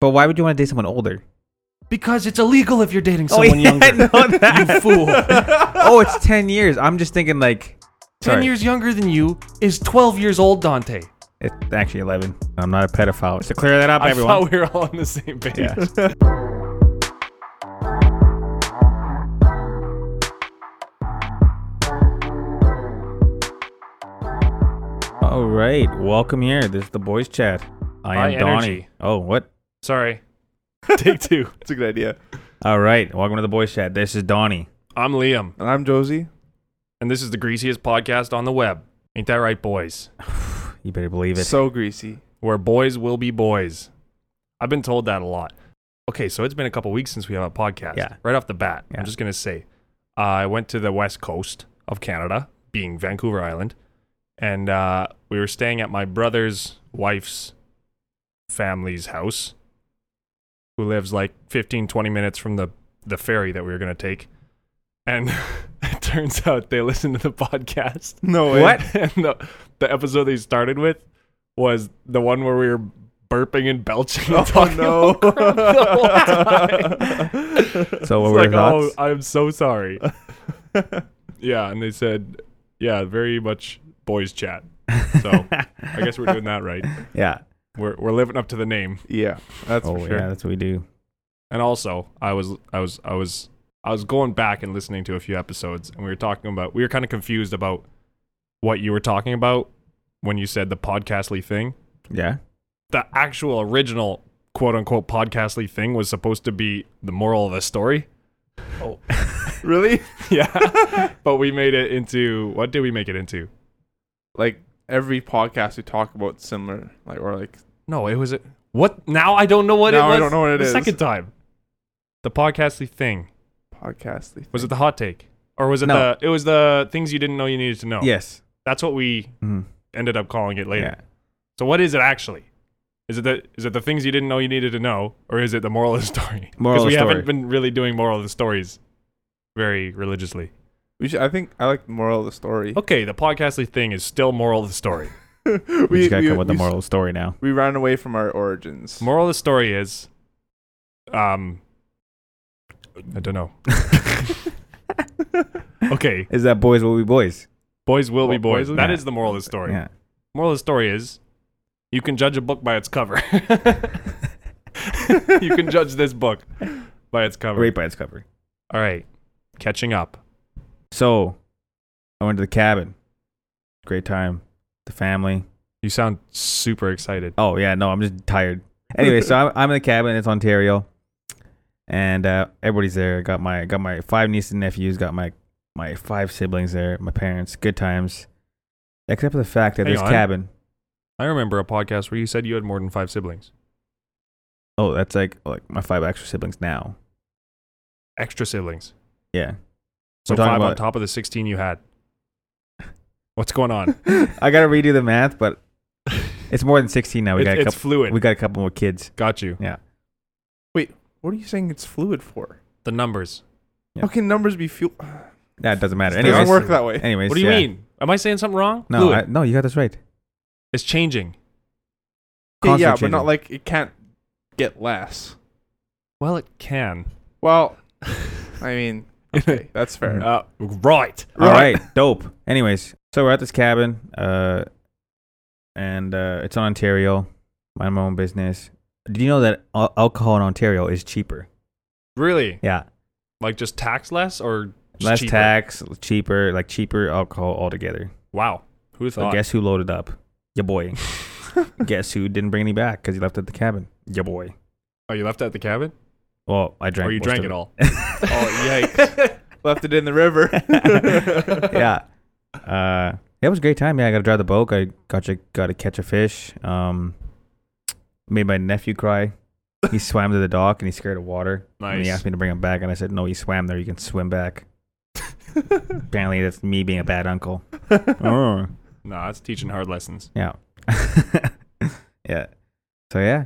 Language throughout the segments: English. But why would you want to date someone older? Because it's illegal if you're dating someone younger. I know You that. fool. oh, it's ten years. I'm just thinking like Ten Sorry. years younger than you is twelve years old, Dante. It's actually 11. I'm not a pedophile. Just to clear that up, I everyone. thought we were all on the same page. Yeah. All right. Welcome here. This is the boys' chat. I am High Donnie. energy. Oh, what? Sorry. Take two. It's a good idea. All right. Welcome to the boys' chat. This is Donnie. I'm Liam, And I'm Josie. and this is the greasiest podcast on the web. Ain't that right, boys? You better believe it. So greasy. Where boys will be boys. I've been told that a lot. Okay, so it's been a couple weeks since we have a podcast. Yeah. Right off the bat, Yeah. I'm just gonna say, uh, I went to the west coast of Canada, being Vancouver Island, and uh, we were staying at my brother's wife's family's house, who lives like 15, 20 minutes from the the ferry that we were gonna take, and it turns out they listen to the podcast. No And the, the episode they started with was the one where we were burping and belching. and Oh talking no. So, what It's were like, your thoughts? oh, I'm so sorry. yeah, and they said, yeah, very much boys chat. So I guess we're doing that right. yeah. We're we're living up to the name. yeah, that's Oh, for sure. yeah. That's what we do. And also, I was I was I was I was going back and listening to a few episodes, and we were talking about we were kind of confused about what you were talking about when you said the podcastly thing. Yeah. the actual original quote unquote podcastly thing was supposed to be the moral of the story. Really? Yeah. but we made it into what did we make it into? Like every podcast we talk about similar, like or like No, it was a, what now I don't know what it Now I was. don't know what it the is. Second time. The podcastly thing. podcastly. Was it the hot take? Or was it No. the it was the things you didn't know you needed to know. Yes. That's what we Mhm. ended up calling it Oh. later. Yeah. So what is it actually? Is it the is it the things you didn't know you needed to know, or is it the moral of the story? Moral of we the haven't story. been really doing moral of the stories very religiously. We should, I think I like the moral of the story. Okay, the podcastly thing is still moral of the story. we, We, just got to come up with the we- moral story now. We ran away from our origins. Moral of the story is, um, I don't know. okay, Is that boys will be boys? boys will be Well, boys boys. will That be- is the moral of the story. Yeah. Moral of the story is, you can judge a book by its cover. you can judge this book by its cover. Right by its cover. All right, catching up. So, I went to the cabin. Great time. The family. You sound super excited. Oh yeah, no, I'm just tired. Anyway, so I'm, I'm in the cabin. It's Ontario, and uh, everybody's there. Got my got my five nieces and nephews. Got my my five siblings there. My parents. Good times. Except for the fact that Hang this on. cabin. I remember a podcast where you said you had more than five siblings. Oh, that's like like my five extra siblings now. Extra siblings. Yeah, So We're talking five on about- top of the 16 you had. What's going on? I gotta redo the math, but it's more than 16 now. We It's- got a it's couple. fluid. We got a couple more kids. Got you. What are you saying? It's fluid for? The numbers. Yeah. How can numbers be fuel? That doesn't matter. It doesn't Anyways, work that way. anyways. What do you yeah. mean? Am I saying something wrong? No, Fluid. I, no, you got this right. it's changing. Okay, Constantly yeah, but not changing. like it can't get less. Well, it can. Well, I mean, okay, that's fair. Uh, right. All right, dope. Anyways, so we're at this cabin, uh, and uh, it's in Ontario. Mind my own business. Do you know that al- alcohol in Ontario is cheaper? Really? Yeah, Like just tax less or just less cheaper? tax, cheaper, like cheaper alcohol altogether. Wow. Who So thought? guess who loaded up? Your boy. guess who didn't bring any back because he left at the cabin? Your boy. Oh, you left it at the cabin? Well, I drank. or you most drank of it all? Oh yikes! Left it in the river. yeah. Uh, it was a great time. Yeah, I got to drive the boat. I got to got to catch a fish. Um, made my nephew cry. He swam to the dock and he's scared of water. And Nice. he asked me to bring him back, and I said, "No, he swam there. You can swim back." Apparently, that's me being a bad uncle. Oh. no, that's teaching hard lessons. Yeah. yeah. So yeah,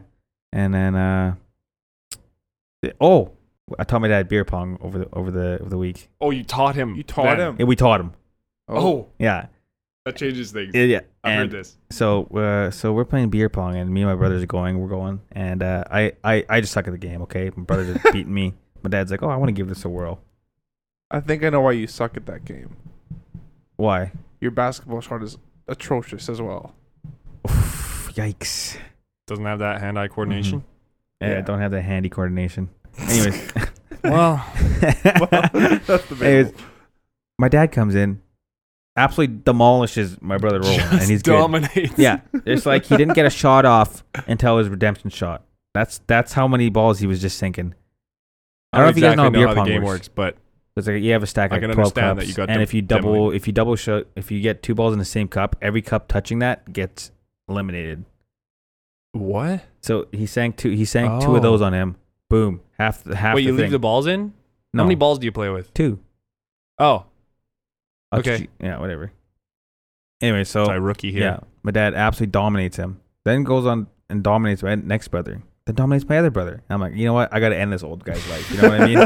and then uh, the- oh, I taught my dad beer pong over the over the over the week. Oh, you taught him. You taught then. him. Yeah, we taught him. Oh, Yeah. That changes things. Yeah, yeah. I've and heard this. so uh, so we're playing beer pong, and me and my brothers are going. We're going, and uh, I, I I just suck at the game. Okay, my brothers are beating me. My dad's like, oh, I want to give this a whirl. I think I know why you suck at that game. Why? Your basketball shot is atrocious as well. Oof, yikes. Doesn't have that Mm-hmm. hand-eye coordination. Yeah, I Yeah. don't have the handy coordination. Anyways. Well, That's the Anyways, my dad comes in, absolutely demolishes my brother Roland, and he's good. dominates. Yeah, it's like he didn't get a shot off until his redemption shot. That's that's how many balls he was just sinking. I don't know if you guys know how exactly beer how pong the game works. works, but It's like you have a stack I of can twelve understand cups, that you got and dem- if you double, demoed. if you double shot, if you get two balls in the same cup, every cup touching that gets eliminated. what? So he sank two. He sank two of Oh. those on him. Boom, half the half. Wait, the you leave thing. the balls in? No, How many balls do you play with? two. Oh, I'll Okay. just- yeah, whatever. Anyway, so sorry, rookie here. Oh. Yeah, my dad absolutely dominates him. Then goes on and dominates my next brother. Then dominates my other brother. I'm like, you know what? I got to end this old guy's life. You know what I mean?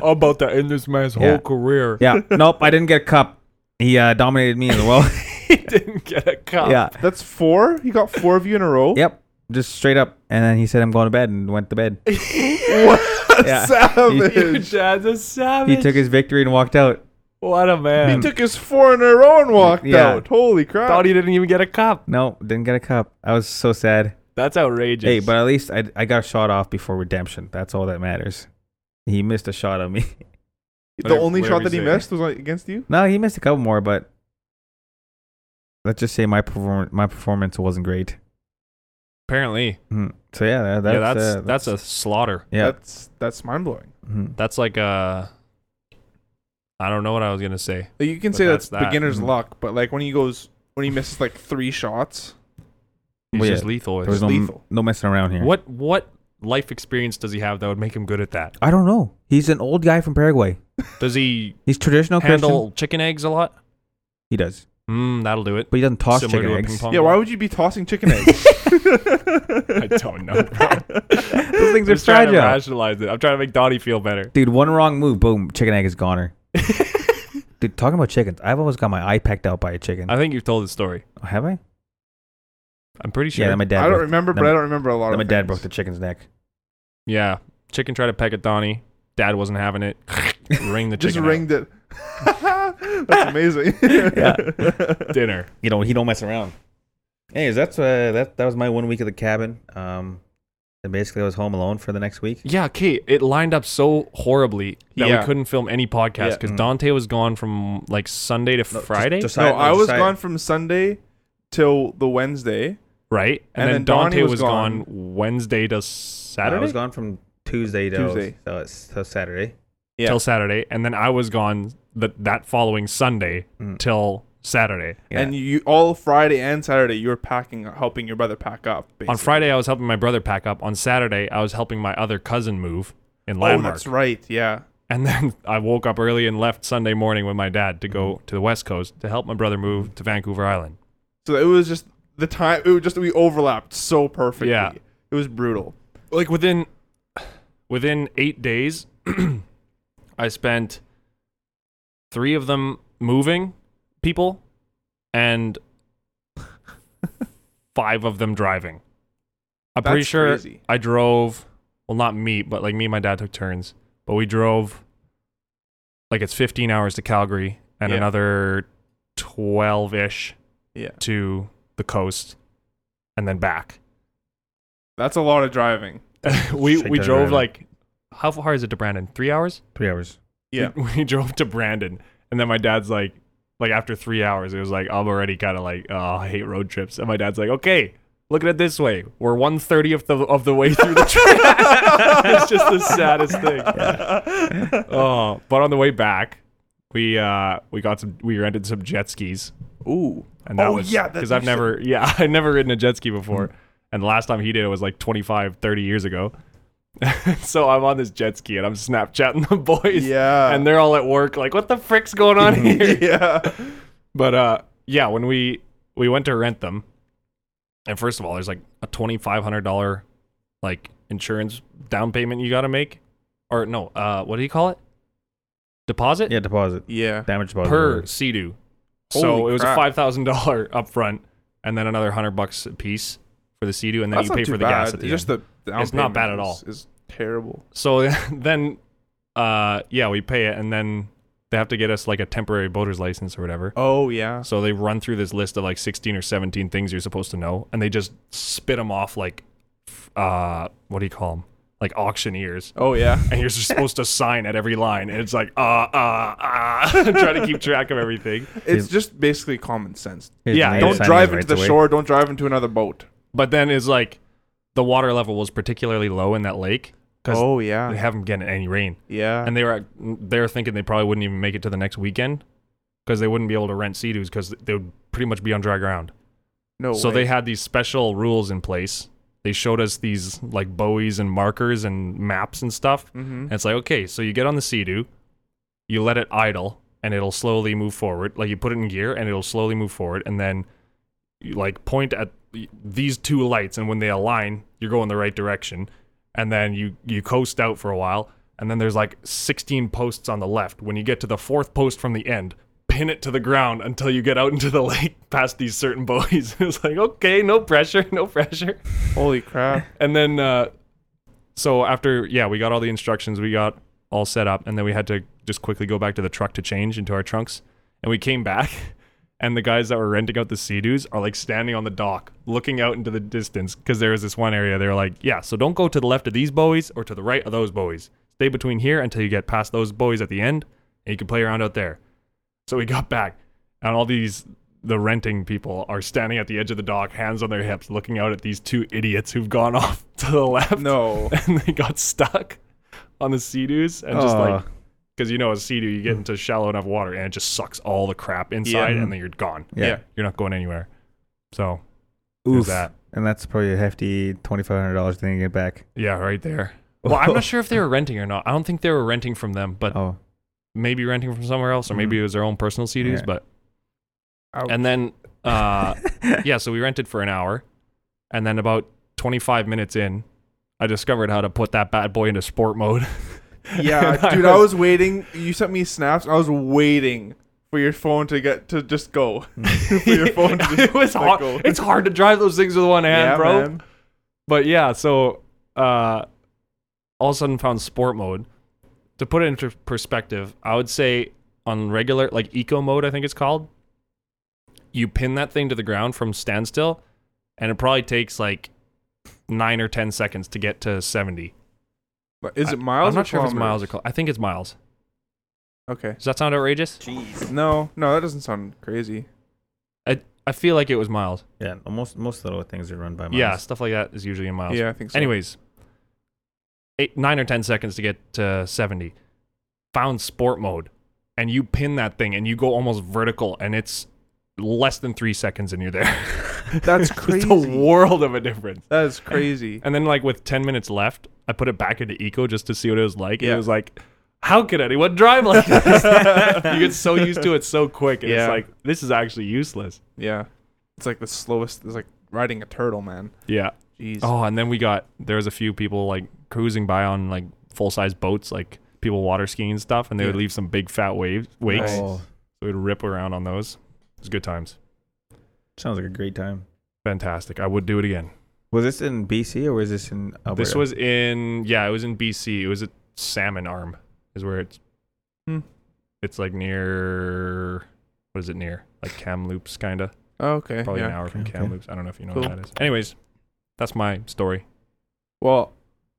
How about to end this man's Yeah. whole career? yeah. Nope. I didn't get a cup. He uh, dominated me as well. he didn't get a cup. yeah. That's four. He got four of you in a row. Yep. Just straight up. And then he said, I'm going to bed and went to bed. What a Yeah. Your savage. dad's a savage. He took his victory and walked out. what a He man. took his four in a row and walked Yeah. out. Holy crap. Thought he didn't even get a cup. No, didn't get a cup. I was so sad. That's outrageous. Hey, but at least I, I got shot off before redemption. That's all that matters. He missed a shot on me. the Whatever- only whatever shot that he you say. missed was like, against you? No, he missed a couple more, but let's just say my perform- my performance wasn't great. apparently, Mhm. So yeah, that, that's yeah, that's uh, that's, a slaughter. yeah. That's that's mind blowing. Mhm. That's like a. I don't know what I was gonna say. You can But say that's that's, that. beginner's Mhm. luck, but like when he goes when he misses like three shots, He's Well, yeah, just lethal. There was It's no, lethal. no messing around here. What what life experience does he have that would make him good at that? I don't know. He's an old guy from Paraguay. Does he He's traditional Christian. handle chicken eggs a lot? He does, Mm, that'll do it. but he doesn't toss Similar chicken to a eggs. ping pong. yeah, why would you be tossing chicken eggs? I don't know. Bro. Those things I'm are just trying to fragile, rationalize it. I'm trying to make Donnie feel better. dude. One wrong move, boom, chicken egg is goner. dude, talking about chickens, I've always got my eye pecked out by a chicken. I think you've told the story. Have I? I'm pretty sure. Yeah, Yeah, then my dad. I don't broke, remember, then but I my- don't remember a lot then of my dad things. broke the chicken's neck. Chicken tried to peck at Donnie. Dad wasn't having it. Ring the chicken. Just out. ringed it. that's amazing. Yeah. dinner. you know, he don't mess around. Anyways, that's uh, that that was my one week at the cabin. Um, and basically I was home alone for the next week. Yeah, Kate, it lined up so horribly that Yeah. we couldn't film any podcast Yeah. because Mm. Dante was gone from like Sunday to No, just- Friday, just no, side- I just was side- gone from Sunday till the Wednesday. right? And, And then, then Dante Donnie was was gone. Wednesday to Saturday. I was gone from Tuesday to Tuesday. So it's so Saturday. Yeah. till Saturday, and then I was gone the, that following Sunday Mm. till Saturday. Yeah. And you all Friday and Saturday you were packing helping your brother pack up. Basically. On Friday, I was helping my brother pack up. On Saturday, I was helping my other cousin move in Oh, Landmark. that's right. Yeah. And then I woke up early and left Sunday morning with my dad to go Mm-hmm. to the West Coast to help my brother move to Vancouver Island. So it was just the time. It was just we overlapped so perfectly. Yeah. It was brutal. Like within within eight days, I spent three of them moving people and five of them driving. I'm pretty That's sure crazy. I drove. Well, not me, but like me and my dad took turns. But we drove like it's 15 hours to Calgary and Yeah. another 12 ish Yeah. to the coast and then back. That's a lot of driving. we Straight we to drove Brandon. like how far is it to Brandon? Three hours? Three hours. Yeah. We, we drove to Brandon, and then my dad's like, like after three hours, it was like I'm already kind of like, oh, I hate road trips. And my dad's like, okay, look at it this way, we're one thirtieth of, of the way through the trip. it's just the saddest thing. Oh, but on the way back, we uh we got some we rented some jet skis, Ooh. and that Oh, was yeah, Mm-hmm. that- because I've you said- never yeah I've never ridden a jet ski before, and the last time he did it was like 25, 30 years ago. so I'm on this jet ski and I'm Snapchatting the boys. Yeah. And they're all at work, like, what the frick's going on here? yeah. But uh, yeah, when we we went to rent them, and first of all, there's like a twenty five hundred dollar like insurance down payment you got to make, or no, uh, what do you call it? Deposit Yeah, deposit. Yeah. Damage deposit. per Sea-Doo. so Holy it was a crap. five thousand dollar upfront, and then another hundred bucks a piece for the sea and then That's you pay for not too the bad. gas at the Just end. the down It's not payment bad at all. Is, is terrible. so then, uh, yeah, we pay it, and then they have to get us like a temporary boater's license or whatever. Oh yeah. So they run through this list of like 16 or 17 things you're supposed to know, and they just spit them off like, f- uh, what do you call them? Like auctioneers. Oh yeah. And you're just supposed to sign at every line, and it's like, uh, uh, uh, trying to keep track of everything. It's just basically common sense. Here's Yeah, the don't latest sign Don't drive is into the rights away. shore. Don't drive into another boat. But then it's like, the water level was particularly low in that lake because Oh they yeah. haven't getting any rain, Yeah. and they were they were thinking they probably wouldn't even make it to the next weekend because they wouldn't be able to rent sea because they would pretty much be on dry ground. no. so way. they had these special rules in place. They showed us these like buoys and markers and maps and stuff. Mhm. And it's like, okay, so you get on the Sea-Doo, you let it idle, and it'll slowly move forward. Like you put it in gear, and it'll slowly move forward, and then you like point at th- these two lights, and when they align, you're going the right direction. And then you you coast out for a while, and then there's like 16 posts on the left. When you get to the fourth post from the end, pin it to the ground until you get out into the lake past these certain buoys. it's like, okay, no pressure, no pressure. Holy crap. And then, uh, so after, yeah, we got all the instructions, we got all set up, and then we had to just quickly go back to the truck to change into our trunks. And we came back, and the guys that were renting out the Sea-Doos are like standing on the dock, looking out into the distance, because there was this one area. They were like, yeah, so don't go to the left of these buoys or to the right of those buoys. Stay between here until you get past those buoys at the end, and you can play around out there. So we got back, and all these the renting people are standing at the edge of the dock, hands on their hips, looking out at these two idiots who've gone off to the left, No. and they got stuck on the sea doos and just like Aw. because you know a sea doo you get into shallow enough water and it just sucks all the crap inside, Yeah. and then you're gone. yeah. You're not going anywhere. So Oof. there's that. And that's probably a hefty twenty five hundred dollars thing to get back. Yeah, right there. Well, I'm not sure if they were renting or not. I don't think they were renting from them, but Oh, Mm-hmm. maybe renting from somewhere else, or maybe it was their own personal sea doos. Yeah. But Ouch. and then uh, yeah, so we rented for an hour, and then about 25 minutes in, I discovered how to put that bad boy into sport mode. Yeah, And I dude, I was- was waiting. You sent me snaps. I was waiting for your phone to get to just go. for your phone to just it was let hard. go. It's hard to drive those things with one hand, yeah, bro. man. But yeah, so uh, all of a sudden found sport mode. To put it into perspective, I would say on regular, like eco mode, I think it's called, you pin that thing to the ground from standstill, and it probably takes like nine or 10 seconds to get to 70. But Is I- it miles? I'm not or sure if it's miles or kilometers? kil- I think it's miles. Okay. Does that sound outrageous? No, no, that doesn't sound crazy. I I feel like it was miles. yeah. Most most little things are run by miles. Yeah, stuff like that is usually in miles. Yeah, I think so. Anyways, eight, nine or ten seconds to get to seventy. Found sport mode, and you pin that thing, and you go almost vertical, and it's less than three seconds, and you're there. That's it's crazy. a world of a difference. that is crazy. And then like with ten minutes left, I put it back into eco just to see what it was like. And Yeah. it was like, how could anyone drive like this? you get so used to it so quick, and Yeah. it's like this is actually useless. yeah, it's like the slowest. It's like riding a turtle, man. Yeah. Jeez. Oh, and then we got there was a few people like cruising by on like full size boats, like people water skiing and stuff, and they would Yeah. leave some big fat waves wakes. Nice. Oh, So we'd rip around on those. It was good times. sounds like a great time. Fantastic. I would do it again. Was this in BC or was this in Alberta? This was in yeah, it was in BC. It was at Salmon Arm is where it's Hmm. it's like near what is it near? Like Kamloops kinda. okay. Probably yeah. an hour from Okay, okay. Kamloops. I don't know if you know Cool. what that is. Anyways, that's my story. Well,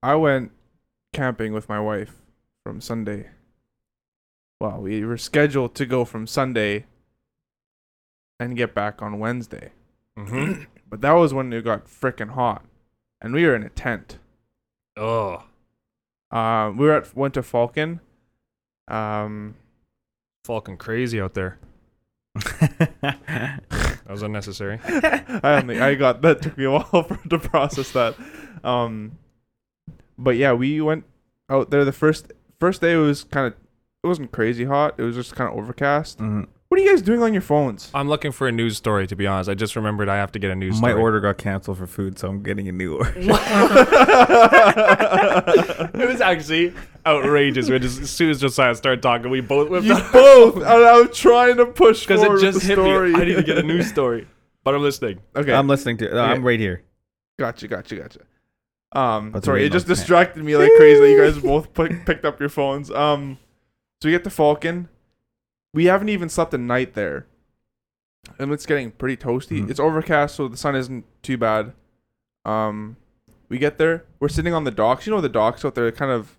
I went camping with my wife from Sunday. Well, we were scheduled to go from Sunday and get back on Wednesday. Mm-hmm. But that was when it got frickin' hot, and we were in a tent. oh. Um, we were at went to Falcon. Um, Falcon crazy out there. That was unnecessary. I only I got that took me a while for, to process that. Um, but yeah, we went out there the first first day. It was kind of it wasn't crazy hot. It was just kind of overcast. Mhm. What are you guys doing on your phones? I'm looking for a news story, to be honest. I just remembered I have to get a news My story. order got canceled for food, so I'm getting a new order. it was actually outrageous. We're just, as soon as Josiah started talking, we both whipped You up both. And I'm trying to push because forward it just with the hit story. me. I need to get a news story, but I'm listening. okay, I'm listening to. Uh, I'm right here. gotcha, gotcha, gotcha. Um, But the sorry, it rainbow- just distracted me like crazy. that You guys both pick, picked up your phones. Um, so we get the Falcon. We haven't even slept a night there, and it's getting pretty toasty. Mhm. It's overcast, so the sun isn't too bad. Um, we get there. We're sitting on the docks. You know the docks out there, kind of.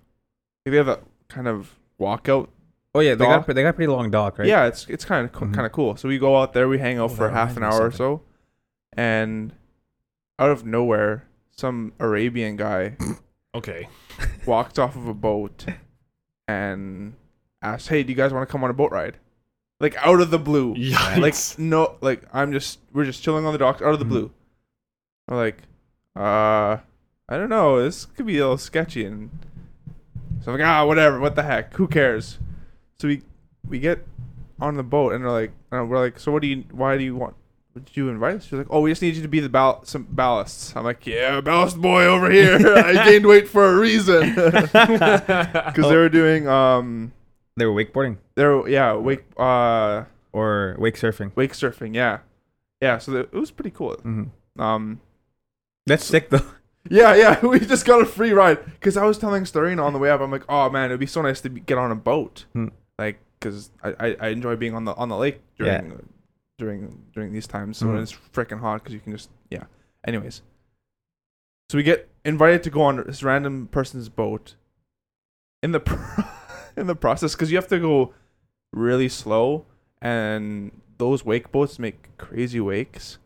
They have that kind of walkout Oh yeah, they Doc? got they got a pretty long dock, right? Yeah, it's it's kind of co Mhm. kind of cool. So we go out there, we hang out Oh, for that half an reminds me hour or of so, and out of nowhere, some Arabian guy Okay. walked off of a boat and asked, "Hey, do you guys want to come on a boat ride?" Like out of the blue, Yikes. like no, like I'm just we're just chilling on the docks out of the Mhm. blue. We're like, uh, I don't know, this could be a little sketchy, and so I'm like, ah, whatever, what the heck, who cares? So we we get on the boat and they're like, uh, we're like, so what do you, why do you want? Did you invite us? She's like, oh, we just need you to be the ball- some ballasts. I'm like, yeah, ballast boy over here. I gained weight for a reason because they were doing um, They were wakeboarding they're yeah wake uh or wake surfing. wake surfing yeah yeah so that, it was pretty cool hmm um That's sick though. yeah yeah we just got a free ride because i was telling Starina on the way up i'm like oh man it'd be so nice to be, get on a boat Hmm. like because I, I i enjoy being on the on the lake Yeah. during during during these times so when Mhm. it's freaking hot because you can just yeah anyways so we get invited to go on this random person's boat in the pro- in the process because you have to go really slow and those wake boats make crazy wakes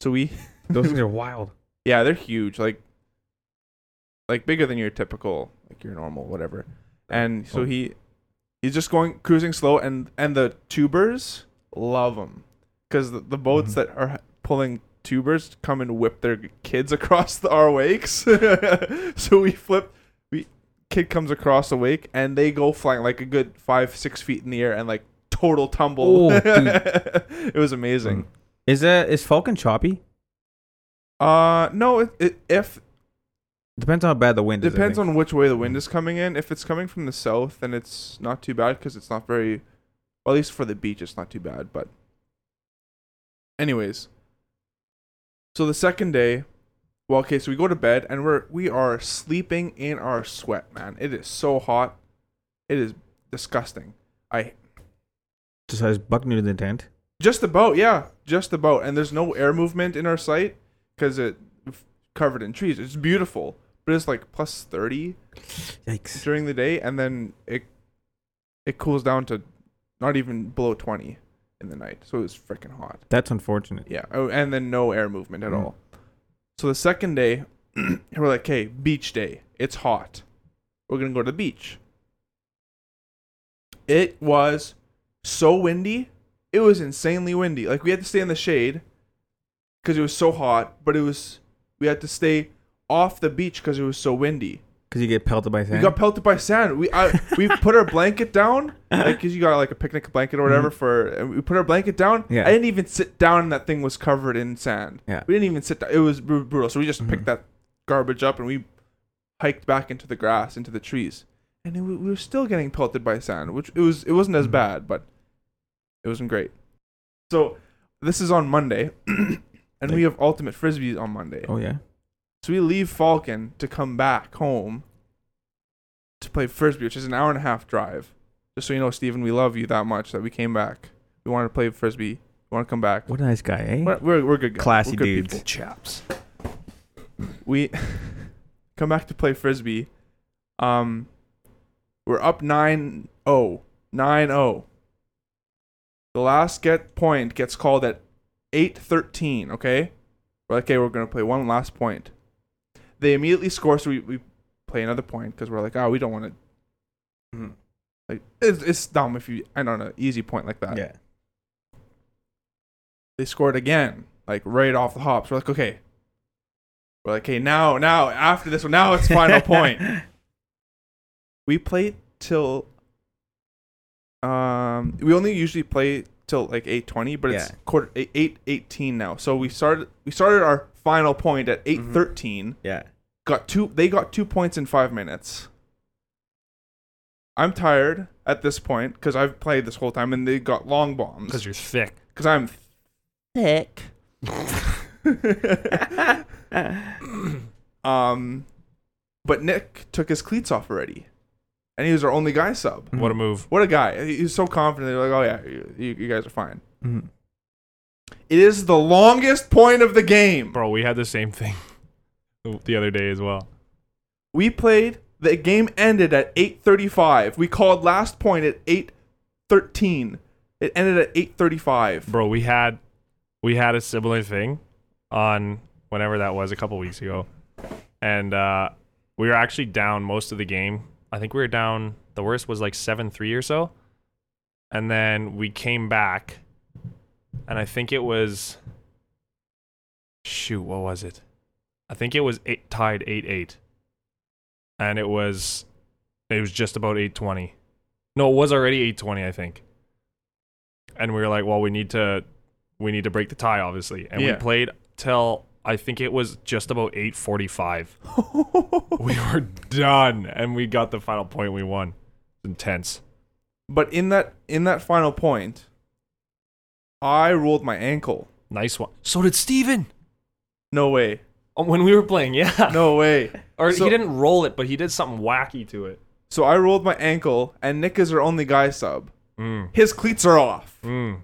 so we Those things are wild. yeah, they're huge, like like bigger than your typical, like your normal whatever. And so Oh. he he's just going cruising slow, and and the tubers love him because the, the boats Mhm. that are h- pulling tubers come and whip their kids across the, our wakes. so we flip, we kid comes across a wake, and they go flying like a good five six feet in the air, and like total tumble. Oh, it was amazing. Is uh is Falcon choppy? Uh, no, it, it, if Depends on how bad the wind is. I Depends think. on which way the wind is coming in. If it's coming from the south, then it's not too bad because it's not very, well, at least for the beach, it's not too bad. But, anyways, so the second day, well, okay, so we go to bed and we're we are sleeping in our sweat, man. It is so hot, it is disgusting. I Just has buck new to the tent. just about yeah, just about. And there's no air movement in our sight because it f- covered in trees. It's beautiful, but it's like plus thirty. Yikes. during the day and then it it cools down to not even below 20 in the night so it was freaking hot That's unfortunate. yeah oh, and then no air movement at Mm. all so the second day we're like hey beach day it's hot we're gonna go to the beach it was so windy it was insanely windy like we had to stay in the shade because it was so hot but it was we had to stay off the beach because it was so windy Because you get pelted by we sand. got pelted by sand. We I, we put our blanket down, like cause you got like a picnic blanket or whatever. For and we put our blanket down. Mm-hmm. Yeah. I didn't even sit down, and that thing was covered in sand. Yeah. We didn't even sit down. It was br- brutal. So we just Mhm. picked that garbage up and we hiked back into the grass, into the trees, and it, we were still getting pelted by sand, which it was. It wasn't as Mhm. bad, but it wasn't great. So this is on Monday, and Like- we have ultimate frisbees on Monday. oh yeah. So we leave Falcon to come back home to play frisbee, which is an hour and a half drive. Just so you know, Steven, we love you that much that we came back. We wanted to play frisbee. We want to come back. What a nice guy, eh? We're, we're, we're good guys. Classy We're good dudes. people. chaps. We come back to play frisbee. Um, we're up 9 0. 9 0. oh. The last get point gets called at 8-13, okay? We're like, okay, we're going to play one last point. They immediately score, so we, we play another point because we're like, oh, we don't want to. Mhm. Like, it's, it's dumb if you, I don't know, easy point like that. Yeah. They scored again, like right off the hops. We're like, okay. We're like, okay, now, now, after this one, now it's final point. We play till. Um, we only usually play till like eight twenty, but it's Yeah. quarter eight eighteen now. So we started we started our final point at eight Mhm. thirteen. Yeah. Got two. They got two points in five minutes. I'm tired at this point because I've played this whole time and they got long bombs because you're thick. because I'm thick. Mm-hmm. um, but Nick took his cleats off already, and he was our only guy sub. What a move. What a guy! He- He's so confident. They're like, "Oh yeah, you, you you guys are fine." Mhm. It is the longest point of the game. Bro, we had the same thing the other day as well. We played. The game ended at 8:35. We called last point at 8:13. It ended at 8:35. Bro, we had we had a similar thing on whenever that was a couple weeks ago. And uh we were actually down most of the game. I think we were down the worst was like 7-3 or so. And then we came back and I think it was shoot, what was it? I think it was eight, tied 8-8. And it was it was just about 820. No, it was already 820, I think. And we were like, well, we need to we need to break the tie obviously. And Yeah. we played till I think it was just about 845. we were done and we got the final point we won. Intense. But in that in that final point, I rolled my ankle. Nice one. So did Steven. No way. Oh, When we were playing, yeah. No way. Or So- he didn't roll it, but he did something wacky to it. So I rolled my ankle, and Nick is our only guy sub. Mm. His cleats are off. Mm.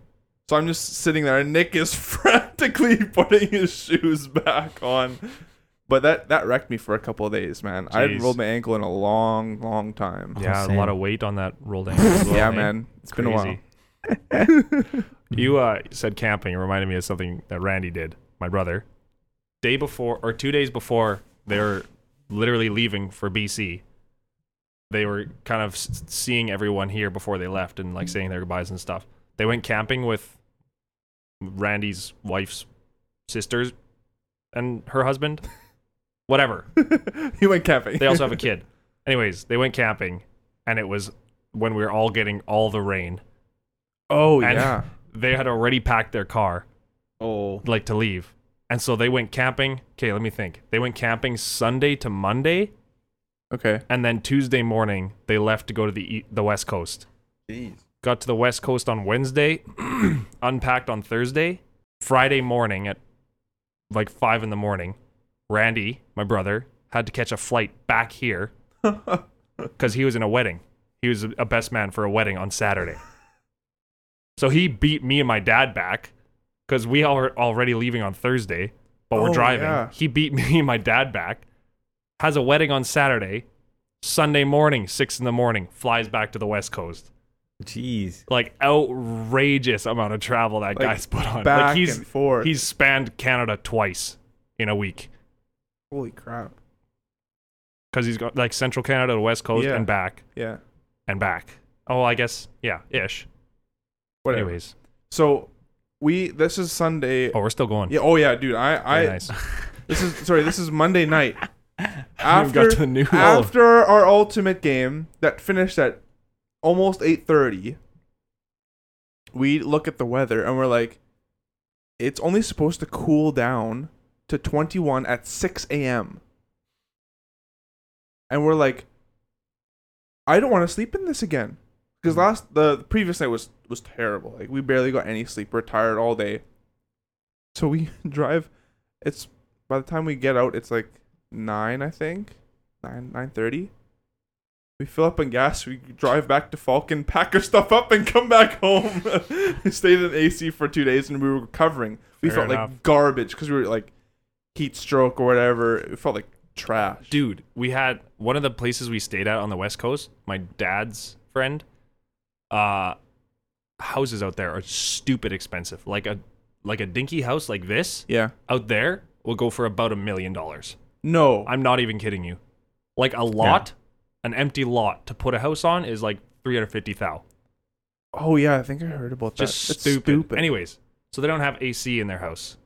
So I'm just sitting there, and Nick is frantically putting his shoes back on. But that that wrecked me for a couple of days, man. I hadn't Jeez. rolled my ankle in a long, long time. Yeah, a same. lot of weight on that rolled ankle. as well, Yeah, eh? man. It's been a while. Crazy. you uh, said camping. It reminded me of something that Randy did, my brother. Day before, or two days before, they were literally leaving for BC. They were kind of s- seeing everyone here before they left and like saying their goodbyes and stuff. They went camping with Randy's wife's sisters and her husband. Whatever. he went camping. They also have a kid. Anyways, they went camping, and it was when we were all getting all the rain. oh And yeah. they had already packed their car, Oh. like to leave. And so they went camping. Okay, let me think. They went camping Sunday to Monday, Okay. and then Tuesday morning they left to go to the e- the West Coast. Got to the West Coast on Wednesday, unpacked on Thursday, Friday morning at like five in the morning. Randy, my brother, had to catch a flight back here because he was in a wedding. He was a best man for a wedding on Saturday. So he beat me and my dad back because we are already leaving on Thursday, but we're Oh, driving. yeah. He beat me and my dad back, has a wedding on Saturday, Sunday morning, six in the morning, flies back to the West Coast Jeez. like outrageous amount of travel that Like, guy's put on. back like he's and forth. he's spanned Canada twice in a week Holy crap. because he's got like Central Canada to West Coast Yeah. and back Yeah. and back. Oh, I guess yeah, ish. Whatever. Anyways, So we this is Sunday. oh, we're still going. Yeah. Oh yeah, dude. I I Very nice. this is sorry. This is Monday night. haven't got After to the new- after our ultimate game that finished at almost eight thirty, we look at the weather and we're like, it's only supposed to cool down to twenty one at six a.m. And we're like, I don't want to sleep in this again Mm-hmm. because last the, the previous night was was terrible. Like we barely got any sleep. We're tired all day. So we drive. It's by the time we get out, it's like nine, I think, nine nine thirty. We fill up on gas. We drive back to Falcon, pack our stuff up, and come back home. we stayed in AC for two days, and we were recovering. We Fair felt enough. like garbage because we were like heat stroke or whatever. It felt like trash. Dude, we had one of the places we stayed at on the West Coast. My dad's friend, uh, houses out there are stupid expensive. Like a like a dinky house like this Yeah. out there will go for about a million dollars. No. I'm not even kidding you. Like a lot, an empty lot to put a house on is like 350 thou. oh yeah, I think I heard about that. Just It's stupid. Anyways, so they don't have AC in their house.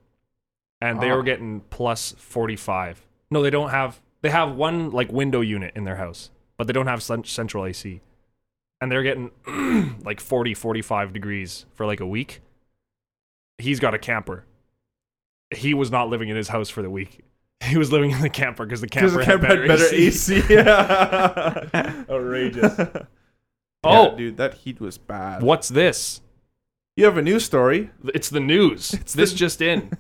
And they Ah. were getting plus 45. No, they don't have they have one like window unit in their house, but they don't have cen- central AC. And they're getting like 40 45 degrees for like a week. He's got a camper. He was not living in his house for the week. He was living in the camper because the camper, Because the camp had better AC. Yeah. Outrageous. Oh. Yeah, dude, that heat was bad. What's this? You have a news story. It's the news. It's this the- just in.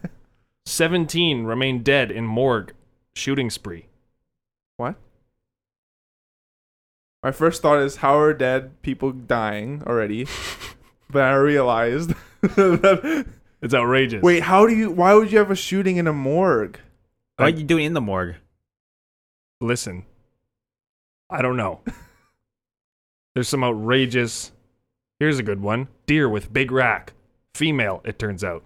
17 remain dead in morgue shooting spree. My first thought is how are dead people dying already? but I realized that It's outrageous. wait, how do you? Why would you have a shooting in a morgue? What are you doing in the morgue? listen. I don't know. There's some outrageous. Here's a good one. Deer with big rack. Female, it turns out.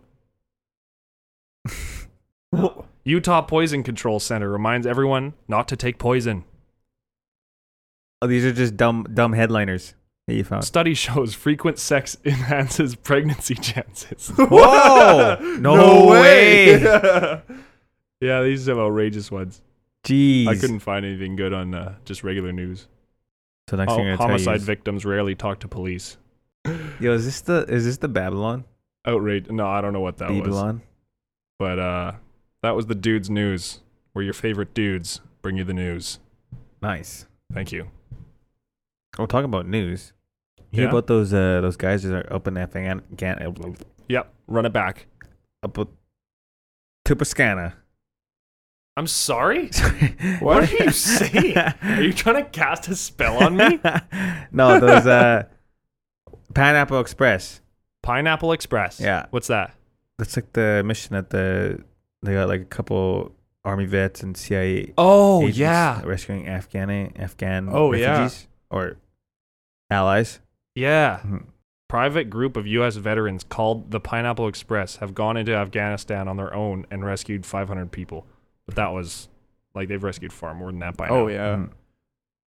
Utah Poison Control Center reminds everyone not to take poison. Oh, these are just dumb dumb headliners that you found. Study shows frequent sex enhances pregnancy chances. Whoa! No yeah, these are outrageous ones. Jeez. I couldn't find anything good on uh, just regular news. So next thing Ho- I'm gonna homicide tell you victims rarely talk to police. is, yo, is this the is this the Babylon? Outrage. No, I don't know what that was. Babylon. But uh, that was the dudes news, where your favorite dudes bring you the news. Nice. Thank you. We're talking about news. You hear Yeah. about those uh those guys that are up in Afghan Afghan- Yep, run it back. up with Tupaskana. I'm sorry. What are you saying? Are you trying to cast a spell on me? no, those uh Pineapple Express. Pineapple Express. Yeah. What's that? That's like the mission that the they got like a couple army vets and CIA Oh agents rescuing Afghan Afghan Oh, yeah. Uh, refugees or allies. Yeah. Mhm. Private group of U.S. veterans called the Pineapple Express have gone into Afghanistan on their own and rescued 500 people. But that was like they've rescued far more than that by now. Oh yeah, Mhm.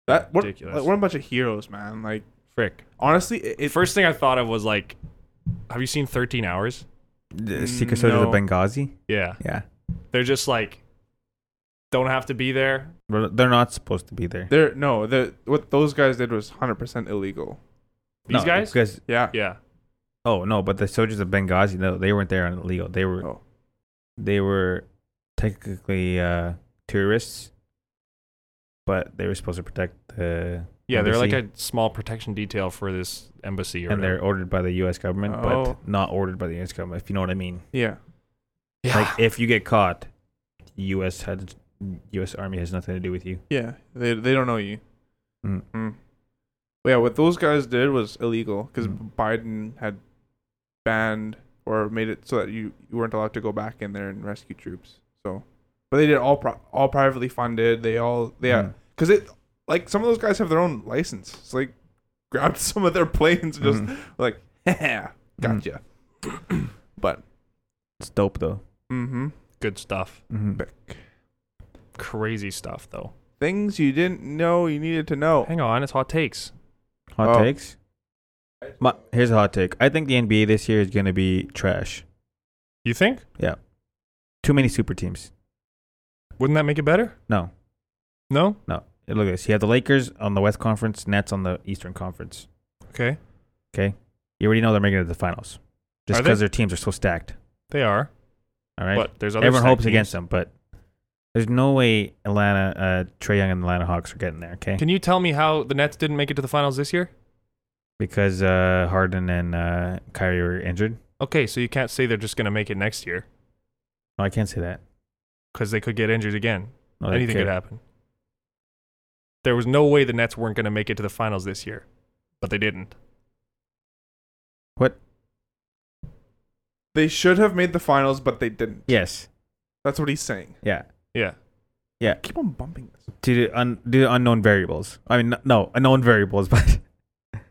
that what, Ridiculous. like, what a bunch of heroes, man. Like Frick. honestly, it, The it first thing I thought of was like, have you seen 13 Hours? The secret soldiers of No. Benghazi. Yeah. Yeah, They're just like, don't have to be there. Well, they're not supposed to be there. they're no, the what those guys did was hundred percent illegal. These No, guys? because Yeah, Yeah. oh no, but the soldiers of Benghazi, no, they weren't there on illegal. They were Oh. they were technically uh, tourists, but they were supposed to protect the Yeah. They're like Embassy. a small protection detail for this embassy or and they're ordered by the U.S. government, Oh. but not ordered by the U.S. government. If you know what I mean. yeah. Yeah. Like if you get caught, U.S. had U.S. Army has nothing to do with you. Yeah, they they don't know you. Mm. Mm. Yeah, what those guys did was illegal because Mm. Biden had banned or made it so that you, you weren't allowed to go back in there and rescue troops. So, but they did all pro- all privately funded. They all yeah, Mm. because it like some of those guys have their own license. It's like grabbed some of their Mm. planes and just Mm-hmm. Mhm. like yeah, gotcha. but It's dope though. mm-hmm. Good stuff. Mm-hmm. Crazy stuff, though. things you didn't know you needed to know. Hang on. It's hot takes. Hot Oh. takes. My, here's a hot take. I think the NBA this year is gonna be trash. You think? Too many super teams. Wouldn't that make it better? No, No? no. Look at this. You have the Lakers on the West Conference, Nets on the Eastern Conference. Okay. You already know they're making it to the finals, just Are they? because their teams are so stacked. They are. All right. But there's other Everyone stacked hopes teams. against them, but there's no way Atlanta, uh, Trey Young, and Atlanta Hawks are getting there. Okay. Can you tell me how the Nets didn't make it to the finals this year? because uh, Harden and uh, Kyrie were injured. Okay, so you can't say they're just going to make it next year No, I can't say that. because they could get injured again. No, they Anything could happen. There was no way the Nets weren't going to make it to the finals this year, but they didn't. They should have made the finals, but they didn't. Yes. That's what he's saying. Yeah. Yeah. Keep on bumping this. Due to un- due to unknown variables. I mean, n- no, unknown variables, but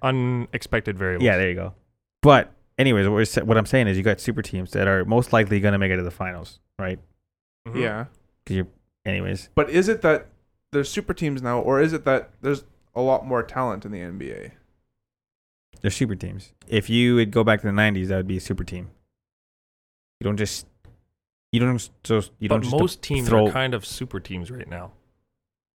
Unexpected variables. yeah, there you go. But anyways, what, we're, sa- what I'm saying is you got super teams that are most likely going to make it to the finals, right? Mhm. Yeah. Anyways, But is it that there's super teams now, or is it that there's a lot more talent in the NBA? they're super teams. If you would go back to the 90s, that would be a super team. You don't just you don't s- just you don't But just most teams throw- are kind of super teams right now.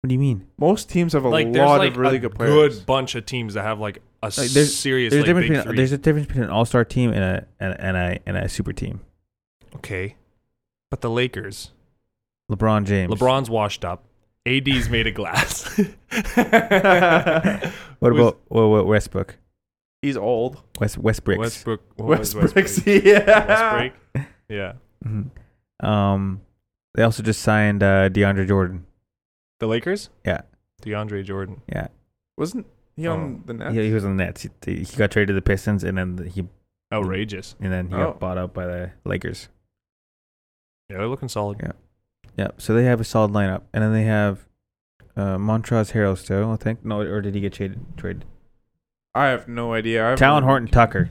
What do you mean? Most teams have a like there's lot like of really a good good, players. bunch of teams that have like a Like, there's- serious There's, a like difference big between, three. there's a difference between an all-star team and a and, and a and a super team. okay, but the Lakers, LeBron James. LeBron's washed up. AD's made of glass. What Who's- about what, what Westbrook? He's old. West Westbricks. Westbrook. what was Westbrook's Westbrook? yeah. Westbrook. Yeah. Mhm. Um, they also just signed uh, DeAndre Jordan. The Lakers. Yeah. DeAndre Jordan. Wasn't he on Oh. the Nets? He, he was on the Nets. He, he got traded to the Pistons, and then he Outrageous. and then he Oh. got bought up by the Lakers. Yeah, they're looking solid. Yeah, so they have a solid lineup, and then they have uh, Montrezl Harrell still, I think. No, or did he get traded? Traded? I have no idea. I've Talon Horton Tucker.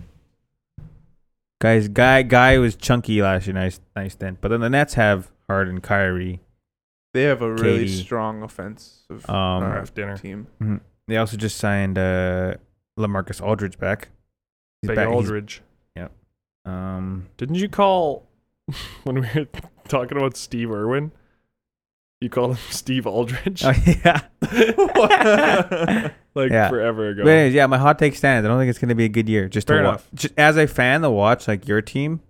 Guys, guy, guy was chunky last year. Nice, nice then. But then the Nets have Harden, Kyrie. They have a really KD. strong offensive Um, uh, Have dinner. team. They also just signed uh, LaMarcus Aldridge back. He's Big back- he's- Aldridge. um, Didn't you call when we were talking about Steve Irwin? You called him Steve Aldridge oh yeah. like Oh, yeah. forever ago. But anyways, yeah, my hot take stands. I don't think it's gonna be a good year. Just Fair to watch. enough. Just as a fan to watch like your team.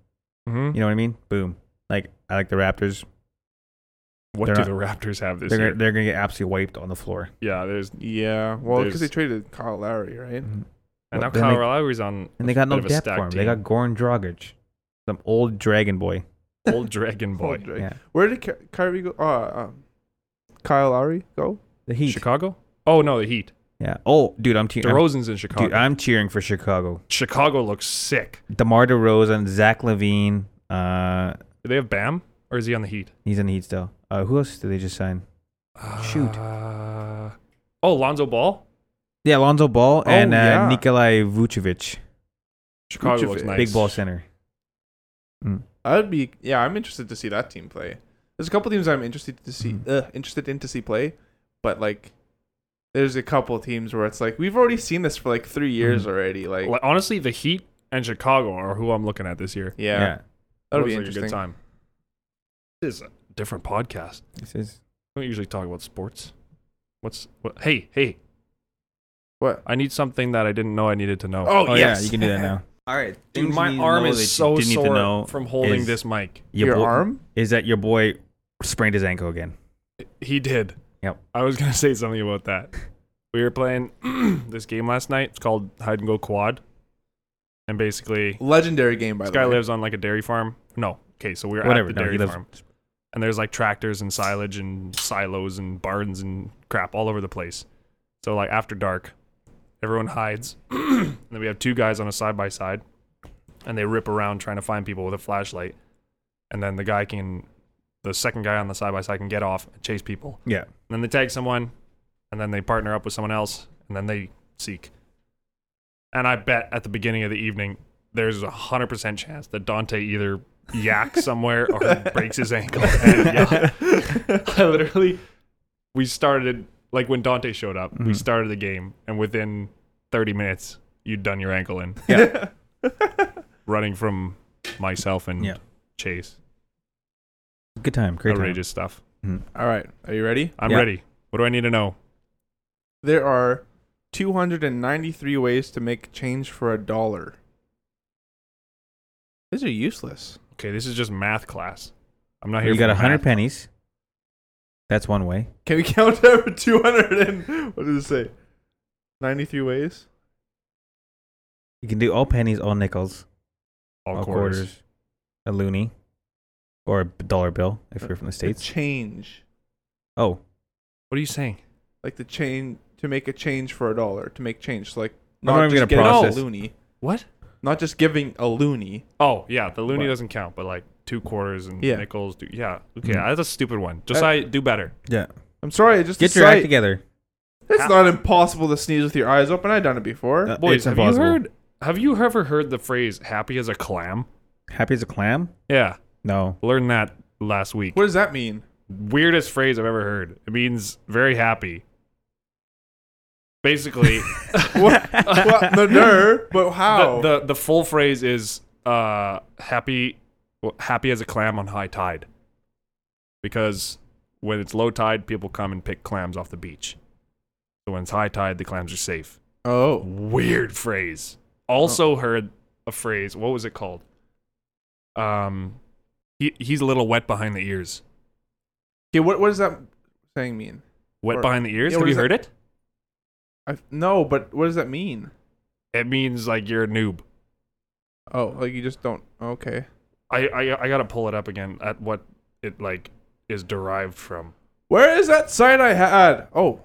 Mhm. You know what I mean? Boom. Like I like the Raptors. what they're do the Raptors have this They're year? gonna, they're gonna get absolutely wiped on the floor. yeah, there's Yeah, well, because There's- they traded Kyle Lowry, right? and now Well, then they- Kyle Lowry's on And they got no Mm-hmm. bit of a depth stacked for him. They team. got Goran Dragic, some old dragon boy. old Dragon Boy. Old Drake. Yeah. Where did Ky- Kyrie go? Uh, um, Kyle Lowry go? The Heat. Chicago? Oh no, the Heat. Yeah. Oh, dude, I'm, te- I'm DeRozan's in Chicago. Dude, I'm cheering for Chicago. Chicago looks sick. DeMar DeRozan, Zach Levine. Uh, Do they have Bam or is he on the Heat? he's in the Heat still. Uh, who else did they just sign? Shoot. Uh, oh, Lonzo Ball. Yeah, Alonzo Ball Oh, and uh, yeah. Nikolai Vucevic, Chicago looks Vucevic. nice. big ball center. Mm, I'd be yeah. I'm interested to see that team play. There's a couple teams I'm interested to see Mm-hmm. Mhm. uh, interested in to see play, but like, there's a couple teams where it's like we've already seen this for like three years Mm-hmm. Mhm. already. Like, Like, honestly, the Heat and Chicago are who I'm looking at this year. yeah, that'll Looks be like interesting. A good time. This is a different podcast. This is We don't usually talk about sports. What's what? Hey, hey! What? I need something that I didn't know I needed to know. Oh, Oh yes. yeah, you can do that now. All right, Dude, my arm is so sore from holding this mic. Your, Your boy- arm? is that your boy sprained his ankle again. He did. Yep. I was gonna say something about that. We were playing this game last night. It's called Hide and Go Quad, and basically, Legendary game by this the guy way. lives on like a dairy farm. No, okay, so we were Whatever, at no, the he dairy lives- farm, and there's like tractors and silage and silos and barns and crap all over the place. So like after dark, everyone hides, and then we have two guys on a side by side, and they rip around trying to find people with a flashlight, and then the guy can, the second guy on the side by side can get off and chase people. Yeah. And then they tag someone, and then they partner up with someone else, and then they seek. And I bet at the beginning of the evening, there's a hundred percent chance that Dante either yaks somewhere or breaks his ankle. And yeah, I literally, we started like when Dante showed up, we Mhm. started the game, and within thirty minutes, you'd done your ankle in Yeah. running from myself and Yeah. Chase. Good time. Great time. Outrageous stuff. All right, are you ready? I'm Yeah. ready. What do I need to know? There are 293 ways to make change for a dollar. These are useless. Okay, this is just math class. I'm not here. You for got the hundred math. pennies. That's one way. Can we count over 200 and what did it say? 93 ways? You can do all pennies, all nickels, all, all, quarters. quarters, a loony, or a dollar bill if you're from the The states. change. Oh, What are you saying? Like the chain to make a change for a dollar, to make change. So, like not not even just gonna getting process. a loony. What? Not just giving a loony. Oh yeah, the loony What? doesn't count, but like two quarters and Yeah. Hmm. Uh, nickels. Do, yeah, okay, Mhm. that's a stupid one. Just I do better. yeah. I'm sorry, I just Get a your act sight. together. It's not impossible to sneeze with your eyes open. I've done it before. Uh, Boys, it's have impossible. you heard? Have you ever heard the phrase "happy as a clam"? Happy as a clam? Yeah, No. learned that last week. what does that mean? Weirdest phrase I've ever heard. It means very happy. Basically, what? what? No, no, but the, how? the the full phrase is uh, happy well, happy as a clam on high tide, because when it's low tide, people come and pick clams off the beach. So when it's high tide, the clams are safe. oh. Weird phrase. Also heard a phrase. What was it called? Um, he he's a little wet behind the ears. Okay, what, what does that saying mean? Wet Or- behind the ears. yeah, what Have you is heard that? it? I, no, but what does that mean? It means like you're a noob. Oh, like you just don't. Okay. I I, I gotta pull it up again at what it like is derived from. Where is that sign I had? Oh,